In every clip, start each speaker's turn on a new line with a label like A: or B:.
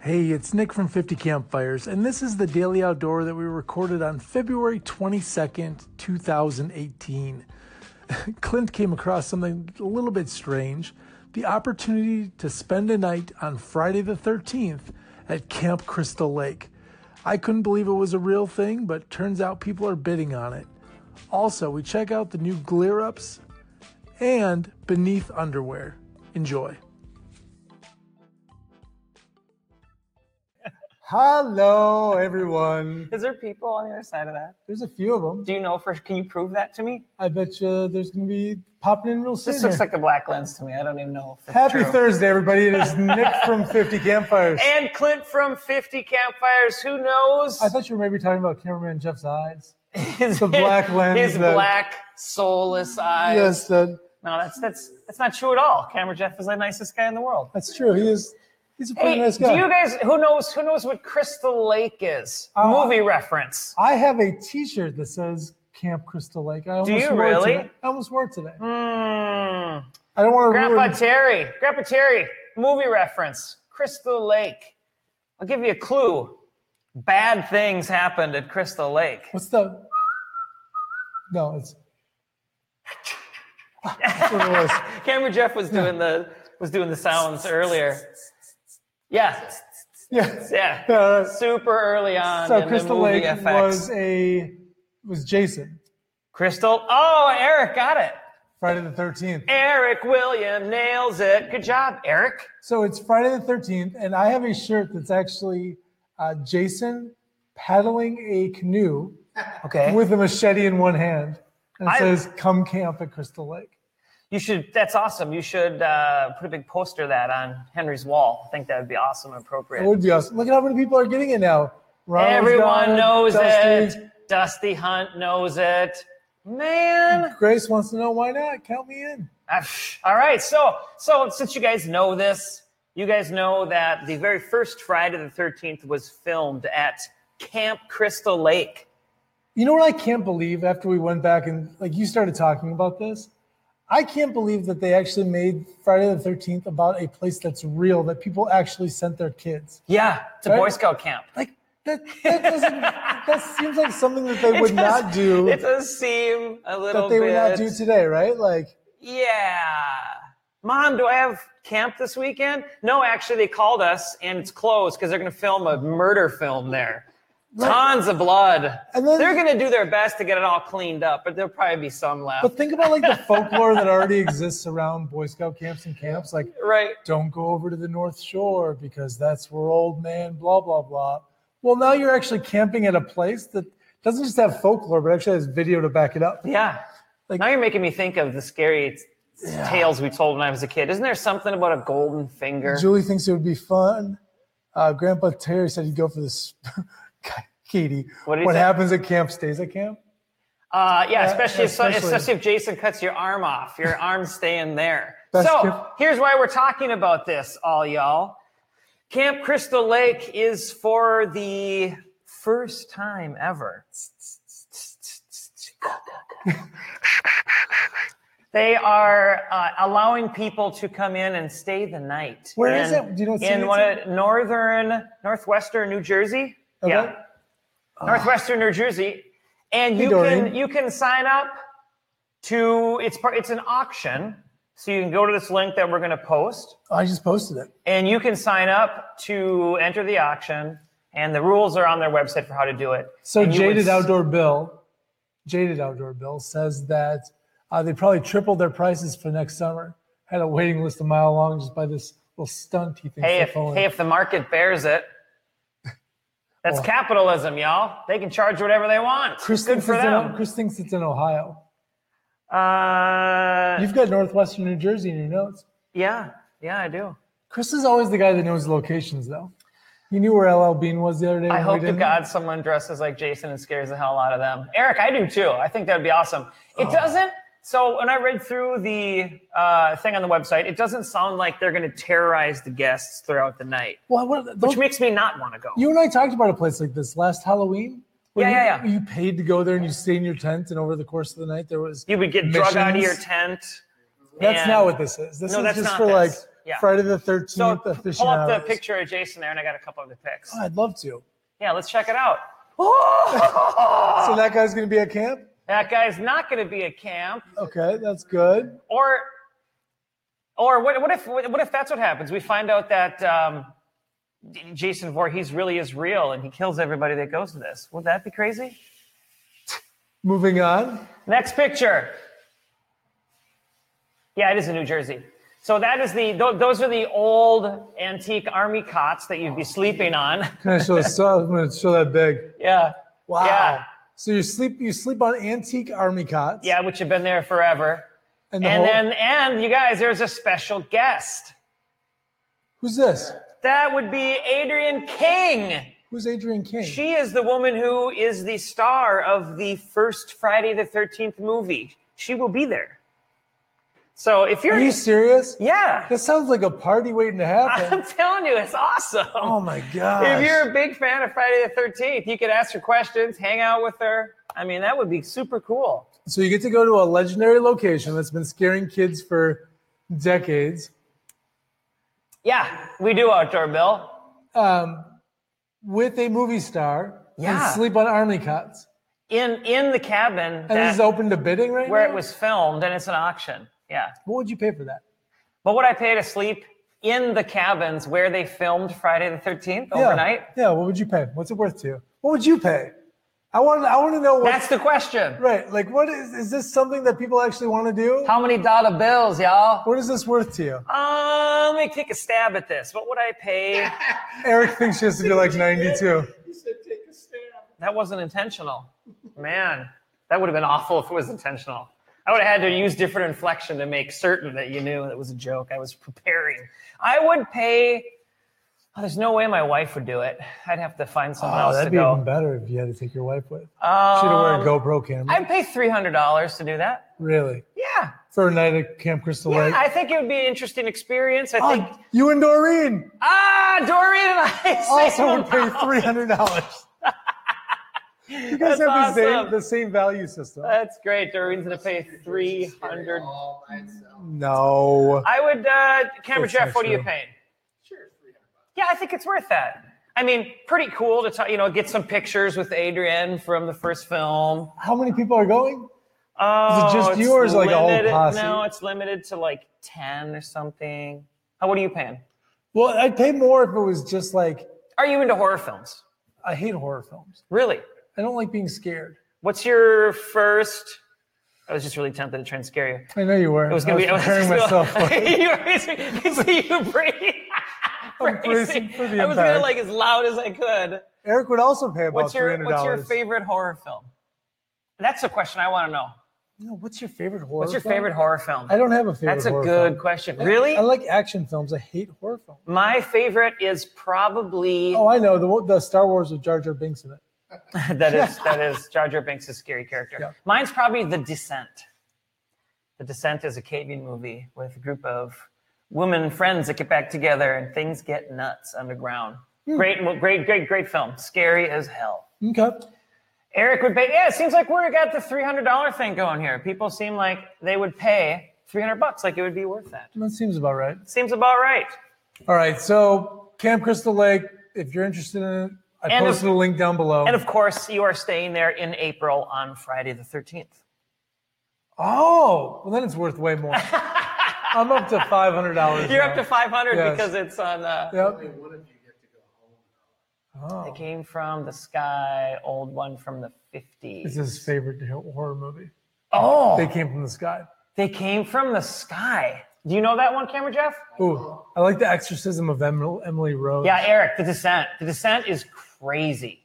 A: Hey, it's Nick from 50 Campfires, and this is the Daily Outdoor that we recorded on February 22nd, 2018. Clint came across something a little bit strange the opportunity to spend a night on Friday the 13th at Camp Crystal Lake. I couldn't believe it was a real thing, but turns out people are bidding on it. Also, we check out the new Glare Ups and Beneath Underwear. Enjoy.
B: Hello, everyone.
C: Is there people on the other side of that?
B: There's a few of them.
C: Do you know for? Can you prove that to me?
B: I bet you there's going to be popping in real soon.
C: This
B: here.
C: looks like the black lens to me. I don't even know. If it's
B: Happy
C: true.
B: Thursday, everybody. It is Nick from 50 Campfires.
C: And Clint from 50 Campfires. Who knows?
B: I thought you were maybe talking about cameraman Jeff's eyes.
C: his
B: the black lens
C: His
B: that-
C: black soulless eyes.
B: Yes, that,
C: No, that's that's that's not true at all. Camera Jeff is the nicest guy in the world.
B: that's true. He is. He's a pretty
C: Hey,
B: nice
C: do
B: guy.
C: you guys? Who knows? Who knows what Crystal Lake is?
B: Uh,
C: Movie reference.
B: I have a T-shirt that says Camp Crystal Lake. I almost
C: you
B: wore it
C: really?
B: today. I almost wore it today.
C: Hmm.
B: I don't want to
C: Grandpa
B: ruin.
C: Terry. Grandpa Terry. Movie reference. Crystal Lake. I'll give you a clue. Bad things happened at Crystal Lake.
B: What's the? No, it's. That's what it was.
C: Camera Jeff was doing the was doing the sounds earlier. Yeah,
B: Yeah.
C: yeah.
B: Yeah.
C: Super early on
B: So
C: in
B: Crystal
C: the
B: Lake
C: movie effects.
B: was a was Jason
C: Crystal. Oh, Eric got it.
B: Friday the Thirteenth.
C: Eric William nails it. Good job, Eric.
B: So it's Friday the Thirteenth, and I have a shirt that's actually uh, Jason paddling a canoe
C: Okay.
B: with a machete in one hand, and it
C: I-
B: says "Come camp at Crystal Lake."
C: You should. That's awesome. You should uh, put a big poster of that on Henry's wall. I think that would be awesome and appropriate.
B: It would be awesome. Look at how many people are getting it now. Ronald's
C: Everyone
B: gone,
C: knows
B: Dusty.
C: it. Dusty Hunt knows it. Man.
B: Grace wants to know why not. Count me in.
C: Ah, All right. So, so since you guys know this, you guys know that the very first Friday the 13th was filmed at Camp Crystal Lake.
B: You know what I can't believe after we went back and like you started talking about this? I can't believe that they actually made Friday the 13th about a place that's real that people actually sent their kids.
C: Yeah. It's a
B: Right.
C: Boy Scout camp.
B: Like that that doesn't that seems like something that they
C: It
B: would
C: does-
B: not do
C: It does seem a little
B: that they
C: bit.
B: would not do today, right? Like
C: Yeah. Mom, do I have camp this weekend? No, actually, they called us and it's closed because they're going to film a murder film there. Tons of blood.
B: And then-
C: they're going to do their best to get it all cleaned up, but there'll probably be some left.
B: but think about like the folklore that already exists around Boy Scout camps and camps like
C: right.
B: don't go over to the North Shore because that's where old man blah blah blah. Well, now you're actually camping at a place that doesn't just have folklore, but actually has video to back it up.
C: Yeah.
B: Like-
C: now you're making me think of the scary t- tales we told when I was a kid. Isn't there something about a golden finger?
B: Julie thinks it would be fun. Uh, Grandpa Terry said he'd go for this. Katie, what,
C: What did he say?
B: happens at camp stays at camp.
C: Uh, yeah, especially, if so-
B: especially-
C: especially if Jason cuts your arm off. Your arm's staying there.
B: That's
C: so
B: good.
C: here's why we're talking about this, all y'all. Camp Crystal Lake is for the first time ever. They are uh, allowing people to come in and stay the night.
B: Where
C: Where
B: is
C: is
B: it? Do you know what city
C: in
B: it's
C: one of northern, northwestern New Jersey.
B: Okay.
C: Yeah, northwestern New Jersey, and you
B: Doreen.
C: can you can sign up to it's part it's an auction. So you can go to this link that we're going to post,
B: I just posted it.
C: and you can sign up to enter the auction. And the rules are on their website for how to do it.
B: So
C: And you would
B: jaded
C: s-
B: outdoor Bill, jaded outdoor Bill says that uh, they probably tripled their prices for next summer. Had a waiting list a mile long just by this little stunt. He thinks
C: Hey,
B: they're
C: if,
B: pulling.
C: hey, if the market bears it.
B: Oh.
C: That's capitalism, y'all. They can charge whatever they want.
B: Chris
C: Good
B: thinks
C: for
B: it's in-
C: them.
B: Chris thinks it's in Ohio.
C: Uh,
B: You've got Northwestern New Jersey in your notes.
C: yeah, yeah, I do.
B: Chris is always the guy that knows locations, though. He knew where LL Bean was the other day. when
C: I
B: we
C: hope to
B: didn't.
C: God someone dresses like Jason and scares the hell out of them. Eric, I do too. I think that'd be awesome.
B: Oh.
C: It doesn't. So when I read through the uh, thing on the website, it doesn't sound like they're going to terrorize the guests throughout the night,
B: Well, what,
C: which
B: those,
C: makes me not want to go.
B: you and I talked about a place like this last Halloween. where
C: Yeah,
B: you,
C: yeah, yeah.
B: You paid to go there and you stayed in your tent, and over the course of the night there was.
C: You would get drug out of your
B: missions.
C: tent.
B: That's
C: and-
B: not what this is. This
C: No,
B: is
C: that's
B: just
C: not
B: for
C: this.
B: like
C: Yeah.
B: Friday the 13th
C: So pull up the
B: aficionados.
C: picture of Jason there, and I got a couple of the pics.
B: Oh, I'd love to.
C: Yeah, let's check it out. Oh!
B: So that guy's going to be at camp?
C: that guy's not going to be at camp,
B: Okay, that's good.
C: or or what, what if what if that's what happens? We find out that um, J- Jason Voorhees really is real, and he kills everybody that goes to this. Would that be crazy?
B: Moving on.
C: Next picture. Yeah, it is in New Jersey. So that is the tho- those are the old antique army cots that you'd be sleeping on.
B: Can I show, so I'm going to show that big.
C: yeah.
B: Wow.
C: Yeah.
B: So you sleep you sleep on antique army cots.
C: Yeah, which have been there forever.
B: And, the
C: And
B: whole-
C: then and you guys, there's a special guest.
B: who's this?
C: That would be Adrian King.
B: Who's Adrian King?
C: She is the woman who is the star of the first Friday the 13th movie. She will be there. So if you're
B: Are you serious?
C: yeah,
B: That sounds like a party waiting to happen.
C: I'm telling you, it's awesome.
B: oh my gosh.
C: if you're a big fan of Friday the 13th, you could ask her questions, hang out with her. I mean, that would be super cool.
B: So you get to go to a legendary location that's been scaring kids for decades.
C: Yeah, we do outdoor, Bill.
B: Um, with a movie star
C: Yeah.
B: and sleep on army cots.
C: In in the cabin
B: And this
C: that,
B: is open to bidding right
C: where
B: now?
C: it was filmed, and it's an auction. Yeah.
B: What would you pay for that?
C: But would I pay to sleep in the cabins where they filmed Friday the 13th
B: Yeah.
C: overnight?
B: Yeah. What would you pay? What's it worth to you? What would you pay? I want. I want to know what.
C: That's the question.
B: right. Like, what is? Is this something that people actually want to do?
C: How many dollar bills, y'all?
B: what is this worth to you?
C: Uh, let me take a stab at this. What would I pay?
B: Eric thinks she has to be like 92.
C: That wasn't intentional. Man, that would have been awful if it was intentional. I would have had to use different inflection to make certain that you knew it was a joke. I was preparing. I would pay. Oh, there's no way my wife would do it. I'd have to find someone
B: Oh,
C: else to
B: that'd be
C: go.
B: even better if you had to take your wife with. Should have wear a
C: Um,
B: GoPro camera.
C: I'd pay three hundred dollars to do that.
B: really.
C: Yeah,
B: For a night at Camp Crystal
C: yeah.
B: Lake.
C: I think it would be an interesting experience. I think
B: Oh, you and Doreen
C: ah, Doreen and I
B: also would pay
C: $300.
B: three hundred dollars. You guys
C: That's
B: have the same
C: awesome.
B: the same value system.
C: That's great. Doreen's gonna pay three hundred.
D: all by itself.
B: No.
C: I would, uh, camera
B: That's
C: Jeff.
B: not
C: What are you
B: true.
C: paying?
D: Sure, three hundred bucks.
C: Yeah, I think it's worth that. I mean, pretty cool to talk, you know get some pictures with Adrian from the first film.
B: How many people are going?
C: Oh,
B: just
C: it's
B: you or is it like a whole
C: limited-
B: posse?
C: No, it's limited to like ten or something. How? What are you paying?
B: Well, I'd pay more if it was just like
C: Are you into horror films?
B: I hate horror films.
C: Really?
B: I don't like being scared.
C: What's your first? I was just really tempted to try and scare you.
B: I know you were.
C: It was gonna be. I was
B: preparing
C: just gonna-
B: myself. for it.
C: you were raising. I could see you breathing.
B: I'm bracing for the
C: I was gonna
B: impact.
C: like as loud as I could.
B: Eric would also pay about
C: What's
B: three
C: your
B: hundred
C: What's your
B: dollars.
C: favorite horror film? That's the question I want to know.
B: what's your favorite horror?
C: What's your
B: film?
C: favorite horror film?
B: I don't have a favorite.
C: That's a
B: horror
C: good
B: film.
C: question. Really?
B: I like action films. I hate horror films.
C: My favorite is probably
B: Oh, I know the one- the Star Wars with Jar Jar Binks in it.
C: that is that is Jar Jar Binks' a scary character.
B: Yeah.
C: Mine's probably The Descent. The Descent is a caving movie with a group of women friends that get back together and things get nuts underground.
B: Hmm.
C: Great, mo- great, great, great film. Scary as hell.
B: Okay.
C: Eric would pay. Yeah, it seems like we're got the three hundred dollar thing going here. People seem like they would pay three hundred bucks, like it would be worth that.
B: That seems about right.
C: Seems about right.
B: All right, so Camp Crystal Lake, if you're interested in it, I
C: And if-
B: posted a link down below.
C: And of course, you are staying there in April on Friday the thirteenth.
B: oh, well then it's worth way more. I'm up to five hundred dollars.
C: You're up to five hundred
B: Yes.
C: because it's on. Uh,
B: Yep.
D: One of you get to go home.
B: Oh,
C: Came from the sky, old one from the 50s.
B: it's his favorite horror movie.
C: oh,
B: They
C: they,
B: came from the sky.
C: came from the sky. Do you know that one, Camera Jeff?
B: Ooh, I like the exorcism of Emily, Emily Rose.
C: Yeah, Eric, The Descent. The Descent is crazy.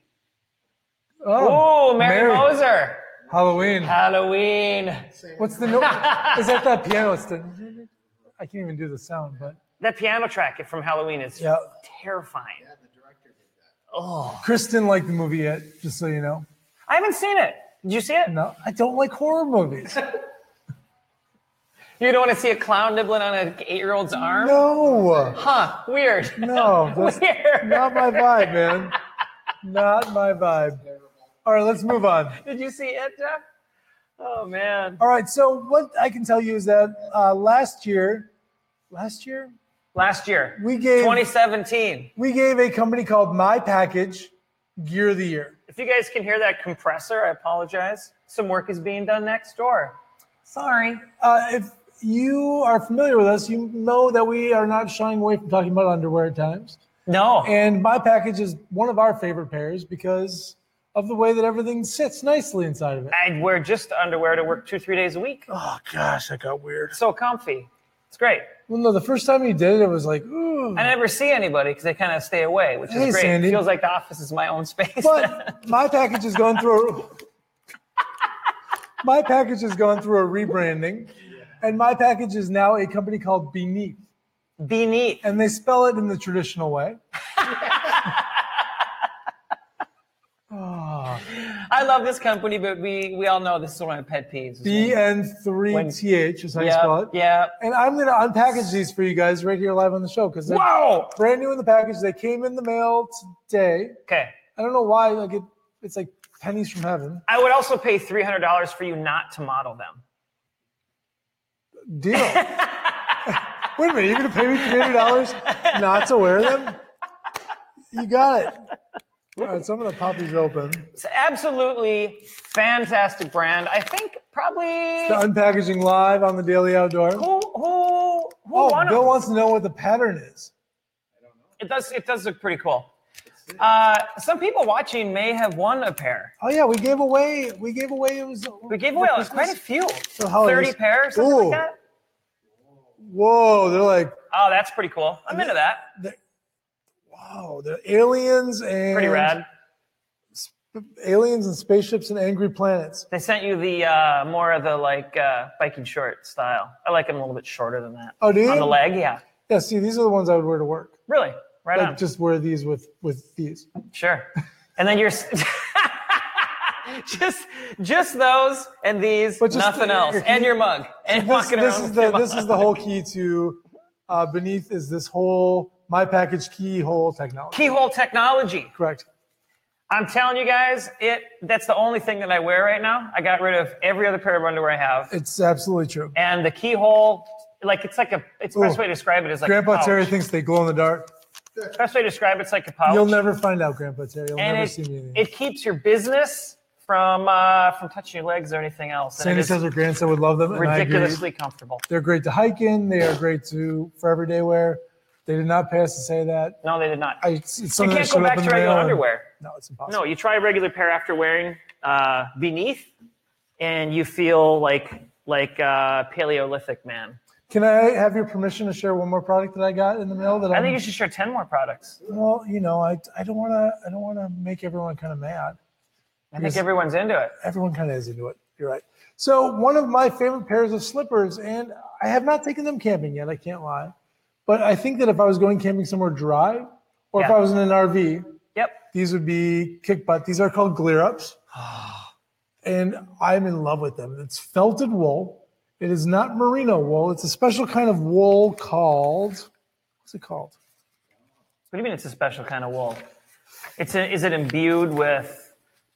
B: Oh,
C: Oh, Mary, Moser.
B: Halloween.
C: Halloween.
B: What's the noise? Is that that piano? It's the, I can't even do the sound, but
C: That piano track from Halloween is
B: yeah.
C: terrifying. Oh,
B: Kristen liked the movie yet, just so you know.
C: I haven't seen it. Did you see it?
B: No, I don't like horror movies.
C: You don't want to see a clown nibbling on an eight year old's arm?
B: No.
C: Huh, weird.
B: No, that's
C: weird.
B: not my vibe, man. Not my vibe. All right, let's move on.
C: Did you see it, Jeff? Oh, man.
B: All right, so what I can tell you is that uh, last year, last year,
C: last year.
B: We gave
C: 2017.
B: we gave a company called My Package Gear of the Year.
C: If you guys can hear that compressor, I apologize. Some work is being done next door. Sorry.
B: Uh, if you are familiar with us, you know that we are not shying away from talking about underwear at times.
C: No.
B: And My Package is one of our favorite pairs because of the way that everything sits nicely inside of it.
C: I wear just underwear to work two, three days a week.
B: Oh gosh, that got weird.
C: It's so comfy. It's great.
B: Well, no, the first time you did it, it was like, ooh.
C: I never see anybody because they kind of stay away, which is
B: Hey,
C: great.
B: Sandy.
C: It feels like the office is my own space.
B: But my package has gone through. A, my package has gone through a rebranding, and my package is now a company called Beneath,
C: Be neat.
B: and they spell it in the traditional way. Ah,
C: I love this company, but we we all know this is one of my pet peeves.
B: B N
C: When-
B: three T H is how you spell
C: yeah,
B: it.
C: yeah.
B: And I'm gonna unpackage these for you guys right here live on the show because they're
C: Wow.
B: brand new in the package. They came in the mail today.
C: Okay.
B: I don't know why. Like it, it's like pennies from heaven.
C: I would also pay three hundred dollars for you not to model them.
B: Deal. Wait a minute. You're gonna pay me three hundred dollars not to wear them? You got it. All right, so I'm gonna pop these open.
C: It's absolutely fantastic brand. I think probably
B: The unpackaging live on the Daily Outdoor.
C: who who who
B: Oh,
C: won
B: Bill
C: them?
B: wants to know what the pattern is.
C: It does it does look pretty cool. Uh, some people watching may have won a pair.
B: Oh yeah, we gave away. We gave away. It was.
C: We gave away
B: for
C: quite a
B: Christmas.
C: few.
B: So how it
C: Thirty
B: is-
C: pairs, something
B: Ooh.
C: like that.
B: Whoa, they're like,
C: Oh, that's pretty cool. I'm into that.
B: wow, they're Oh, aliens and
C: Pretty rad.
B: aliens and spaceships and angry planets.
C: They sent you the uh, more of the like uh, biking short style. I like them a little bit shorter than that.
B: Oh, do you?
C: On the leg, yeah.
B: Yeah, see, these are the ones I would wear to work.
C: Really, right
B: Like
C: on.
B: just wear these with with these.
C: Sure. And then you're s- just just those and these,
B: But just
C: nothing
B: the-
C: else,
B: your-
C: and your mug, and
B: This,
C: walking
B: this
C: around.
B: is
C: with
B: the
C: your
B: this
C: mug.
B: is the whole key to uh, beneath is this whole my package keyhole technology.
C: keyhole technology.
B: Correct.
C: I'm telling you guys, it that's the only thing that I wear right now. I got rid of every other pair of underwear I have,
B: It's absolutely true.
C: and the keyhole, like it's like a it's the best
B: Ooh.
C: way to describe it is like oh, a
B: Grandpa
C: pouch.
B: Terry thinks they glow in the dark.
C: Best way to describe it's like a pouch.
B: You'll never find out, Grandpa Terry. You'll
C: and
B: never
C: it,
B: see me. in these.
C: it keeps your business from uh, from touching your legs or anything else. And
B: Sandy
C: it is
B: says her grandson would love them, and I agree.
C: ridiculously comfortable.
B: They're great to hike in. They are great to for everyday wear. They did not pass to say that.
C: No, they did not.
B: I, it's, it's
C: you
B: something that
C: can't go
B: showed up
C: back
B: in
C: to
B: the
C: regular
B: mail.
C: underwear.
B: No, it's impossible.
C: No, you try a regular pair after wearing uh, beneath, and you feel like like uh, Paleolithic man.
B: Can I have your permission to share one more product that I got in the mail that
C: I
B: I'm,
C: think you should share ten more products.
B: well, you know, I, I don't want to I don't want to make everyone kind of mad.
C: I think everyone's into it.
B: Everyone kind of is into it. You're right. So one of my favorite pairs of slippers, and I have not taken them camping yet. I can't lie, but I think that if I was going camping somewhere dry, or if
C: Yeah.
B: I was in an RV,
C: Yep.
B: these would be kick butt. These are called Glare Ups, and I'm in love with them. It's felted wool. It is not merino wool. It's a special kind of wool called what's it called?
C: What do you mean it's a special kind of wool? It's a, is it imbued with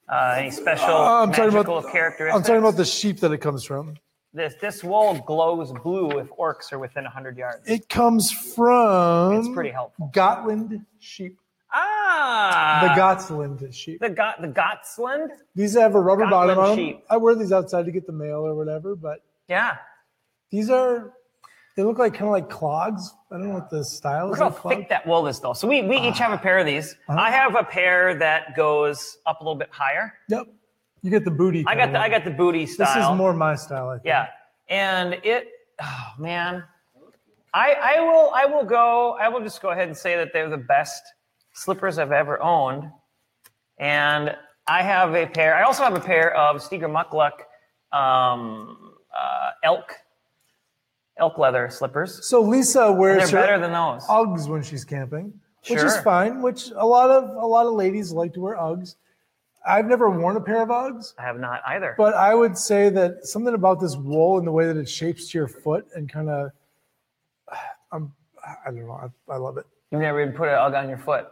C: uh, any special
B: Uh, I'm talking
C: magical
B: about
C: characteristics?
B: I'm talking about the sheep that it comes from.
C: This this wool glows blue if orcs are within hundred yards.
B: It comes from
C: It's pretty helpful.
B: Gotland sheep.
C: Ah,
B: The Gotland sheep.
C: the got the Gotland.
B: These have a rubber bottom
C: Gotland
B: on them.
C: sheep.
B: I wear these outside to get the mail or whatever, but
C: Yeah,
B: these are they look like kind of like clogs. I don't know what the style
C: look
B: is.
C: how
B: like clog.
C: thick that wool is, though. So we we each have
B: Ah.
C: a pair of these.
B: Uh-huh.
C: I have a pair that goes up a little bit higher.
B: Yep. You get the booty.
C: I got the I got the booty
B: This
C: style.
B: is more my style. I think.
C: Yeah, and it. Oh man, I I will I will go. I will just go ahead and say that they're the best slippers I've ever owned, and I have a pair. I also have a pair of Steger Muckluck um, uh, elk elk leather slippers.
B: So Lisa
C: They're
B: wears her
C: better than those.
B: Uggs when she's camping, which is
C: Sure.
B: fine. Which a lot of a lot of ladies like to wear Uggs. I've never worn a pair of Uggs.
C: I have not either.
B: But I would say that something about this wool and the way that it shapes to your foot and kind of, I'm, I don't know, I, I love it.
C: You've never even put an UGG on your foot.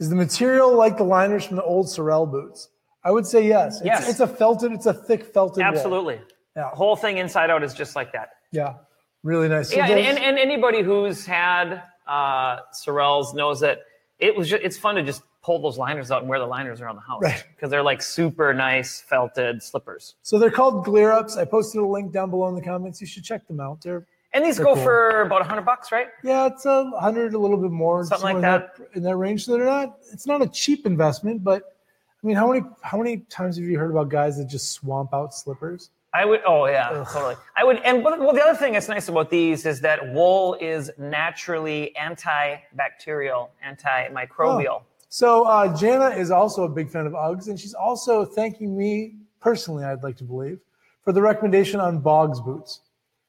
B: Is the material like the liners from the old Sorel boots? I would say yes. It's,
C: Yes.
B: It's a felted, it's a thick felted. wool.
C: Absolutely.
B: Yeah.
C: The whole thing inside out is just like that.
B: Yeah. Really nice. So
C: yeah, and,
B: those-
C: and, and anybody who's had uh, Sorels knows that it was just, it's fun to just pull those liners out and wear the liners around the house
B: Right.
C: because they're like super nice felted slippers.
B: so they're called Glare Ups. I posted a link down below in the comments. You should check them out. They're
C: And these
B: They're
C: go
B: cool.
C: for about 100 bucks, right?
B: Yeah, it's a hundred, a little bit more,
C: Something like
B: somewhere in in that range. So they're not. It's not a cheap investment, but I mean, how many how many times have you heard about guys that just swamp out slippers?
C: I would. Oh yeah, totally. I would. And what- well, the other thing that's nice about these is that wool is naturally antibacterial, antimicrobial.
B: So uh, Jana is also a big fan of Uggs, and she's also thanking me personally. I'd like to believe for the recommendation on Boggs boots.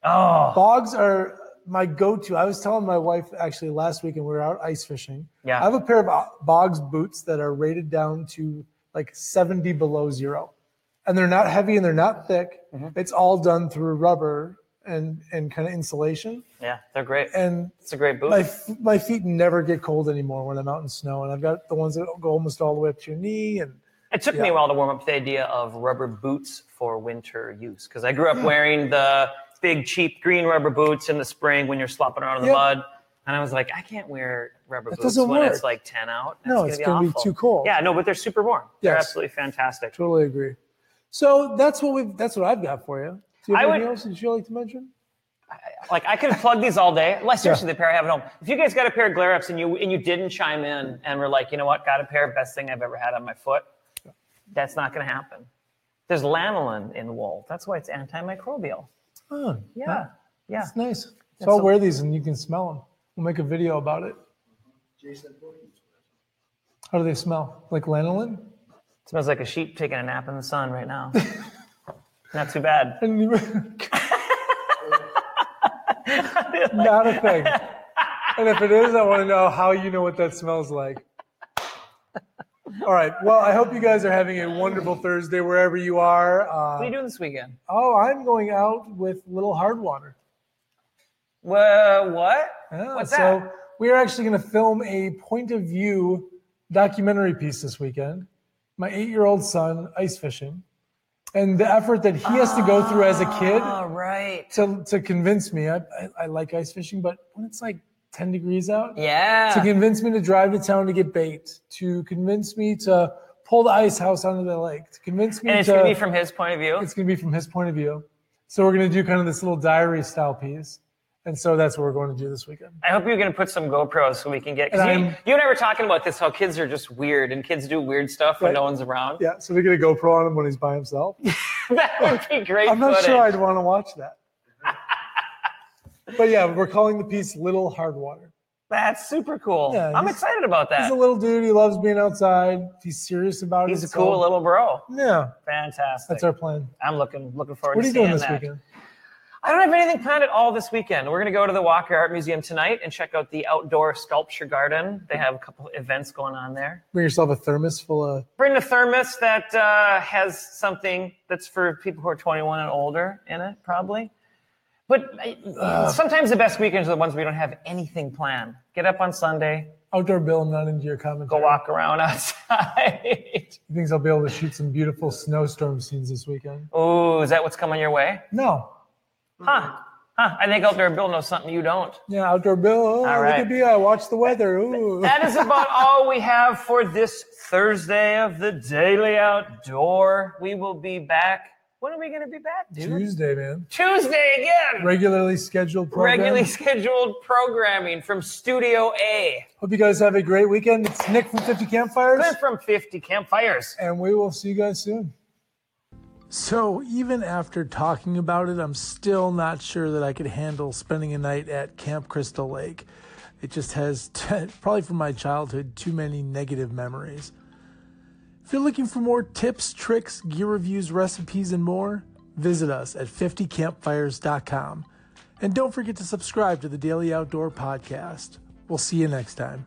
C: Oh,
B: Bogs are my go-to. I was telling my wife actually last week, and we were out ice fishing.
C: Yeah.
B: I have a pair of Bogs boots that are rated down to like 70 below zero, and they're not heavy and they're not thick.
C: Mm-hmm.
B: It's all done through rubber and and kind of insulation.
C: yeah, they're great.
B: And
C: It's a great boot.
B: my f- my feet never get cold anymore when I'm out in snow, and I've got the ones that go almost all the way up to your knee. And
C: It took me a while to warm up to the idea of rubber boots for winter use because I
B: Hmm.
C: grew up wearing the big, cheap green rubber boots in the spring when you're slopping around in the
B: Yeah.
C: mud. And I was like, I can't wear rubber boots
B: doesn't
C: when
B: work.
C: it's like 10 out.
B: No, it's gonna be
C: awful.
B: too cold.
C: Yeah, no, but they're super warm. They're
B: Yes.
C: absolutely fantastic.
B: totally agree. So that's what we have that's what I've got for you. Do you
C: I
B: have
C: would-
B: anything else that you like to mention?
C: Like I could plug these all day. Like seriously, the pair I have at home. If you guys got a pair of glare ups and you and you didn't chime in and were like, you know what, got a pair, best thing I've ever had on my foot, that's not going to happen. There's lanolin in wool. That's why it's antimicrobial.
B: Oh,
C: Yeah, yeah.
B: It's nice. So
C: That's
B: I'll
C: a-
B: wear these and you can smell them. We'll make a video about it.
D: Jason Voorhees.
B: How do they smell? Like lanolin?
C: Smells like a sheep taking a nap in the sun right now. Not too bad.
B: I didn't even- Not a thing. And if it is, I want to know how you know what that smells like. All right. Well, I hope you guys are having a wonderful Thursday wherever you are.
C: What are you
B: Uh,
C: doing this weekend?
B: oh, I'm going out with Little Hardwater. Uh,
C: Well, what?
B: Yeah,
C: What's
B: Oh, so
C: that?
B: we are actually going to film a point of view documentary piece this weekend. My eight-year-old son ice fishing, and the effort that he has to go through as a kid
C: All right.
B: to to convince me. I I, I like ice fishing, but when it's like ten degrees out, to
C: Yeah.
B: convince me to drive to town to get bait, to convince me to pull the ice house onto the lake, to convince me
C: And it's
B: to
C: gonna be from his point of view.
B: it's going to be from his point of view. So we're going to do kind of this little diary style piece, and so that's what we're going to do this weekend.
C: I hope you're gonna put some GoPros so we can get. Cause
B: And
C: you,
B: I'm-
C: you and I were talking about this how kids are just weird and kids do weird stuff when
B: Right.
C: no one's around.
B: Yeah, so we get a GoPro on him when he's by himself.
C: that would be great.
B: I'm not
C: footage.
B: sure I'd want to watch that. but yeah, we're calling the piece Little Hard Water.
C: That's super cool.
B: Yeah,
C: I'm
B: he's-
C: excited about
B: He's
C: that.
B: a little dude. He loves being outside. He's serious about
C: He's
B: it.
C: a cool little bro.
B: Yeah,
C: Fantastic.
B: that's our plan.
C: I'm looking looking forward
B: What
C: to
B: are you
C: seeing
B: doing this
C: that.
B: weekend?
C: I don't have anything planned at all this weekend. We're going to go to the Walker Art Museum tonight and check out the outdoor sculpture garden. They have a couple events going on there.
B: Bring yourself a thermos full of.
C: Bring a thermos that uh, has something that's for people who are 21 and older in it, probably. But uh, sometimes the best weekends are the ones we don't have anything planned. Get up on Sunday,
B: Outdoor Bill, I'm not into your comment.
C: go walk around outside.
B: He thinks I'll be able to shoot some beautiful snowstorm scenes this weekend.
C: Ooh, is that what's coming your way?
B: No.
C: Huh? Huh? I think outdoor Bill knows something you don't.
B: Yeah, Outdoor Bill. Oh,
C: All
B: look
C: right.
B: at me. I watch the weather. Ooh.
C: that is about all we have for this Thursday of the Daily Outdoor. We will be back. When are we going to be back, dude?
B: Tuesday, man.
C: Tuesday again.
B: Regularly scheduled program.
C: Regularly scheduled programming from Studio A.
B: Hope you guys have a great weekend. It's Nick from 50 Campfires,
C: Clip from 50 Campfires.
B: and we will see you guys soon.
A: So, even after talking about it, I'm still not sure that I could handle spending a night at Camp Crystal Lake. It just has, t- probably from my childhood, too many negative memories. If you're looking for more tips, tricks, gear reviews, recipes, and more, visit us at 50campfires.com. And don't forget to subscribe to the Daily Outdoor Podcast. We'll see you next time.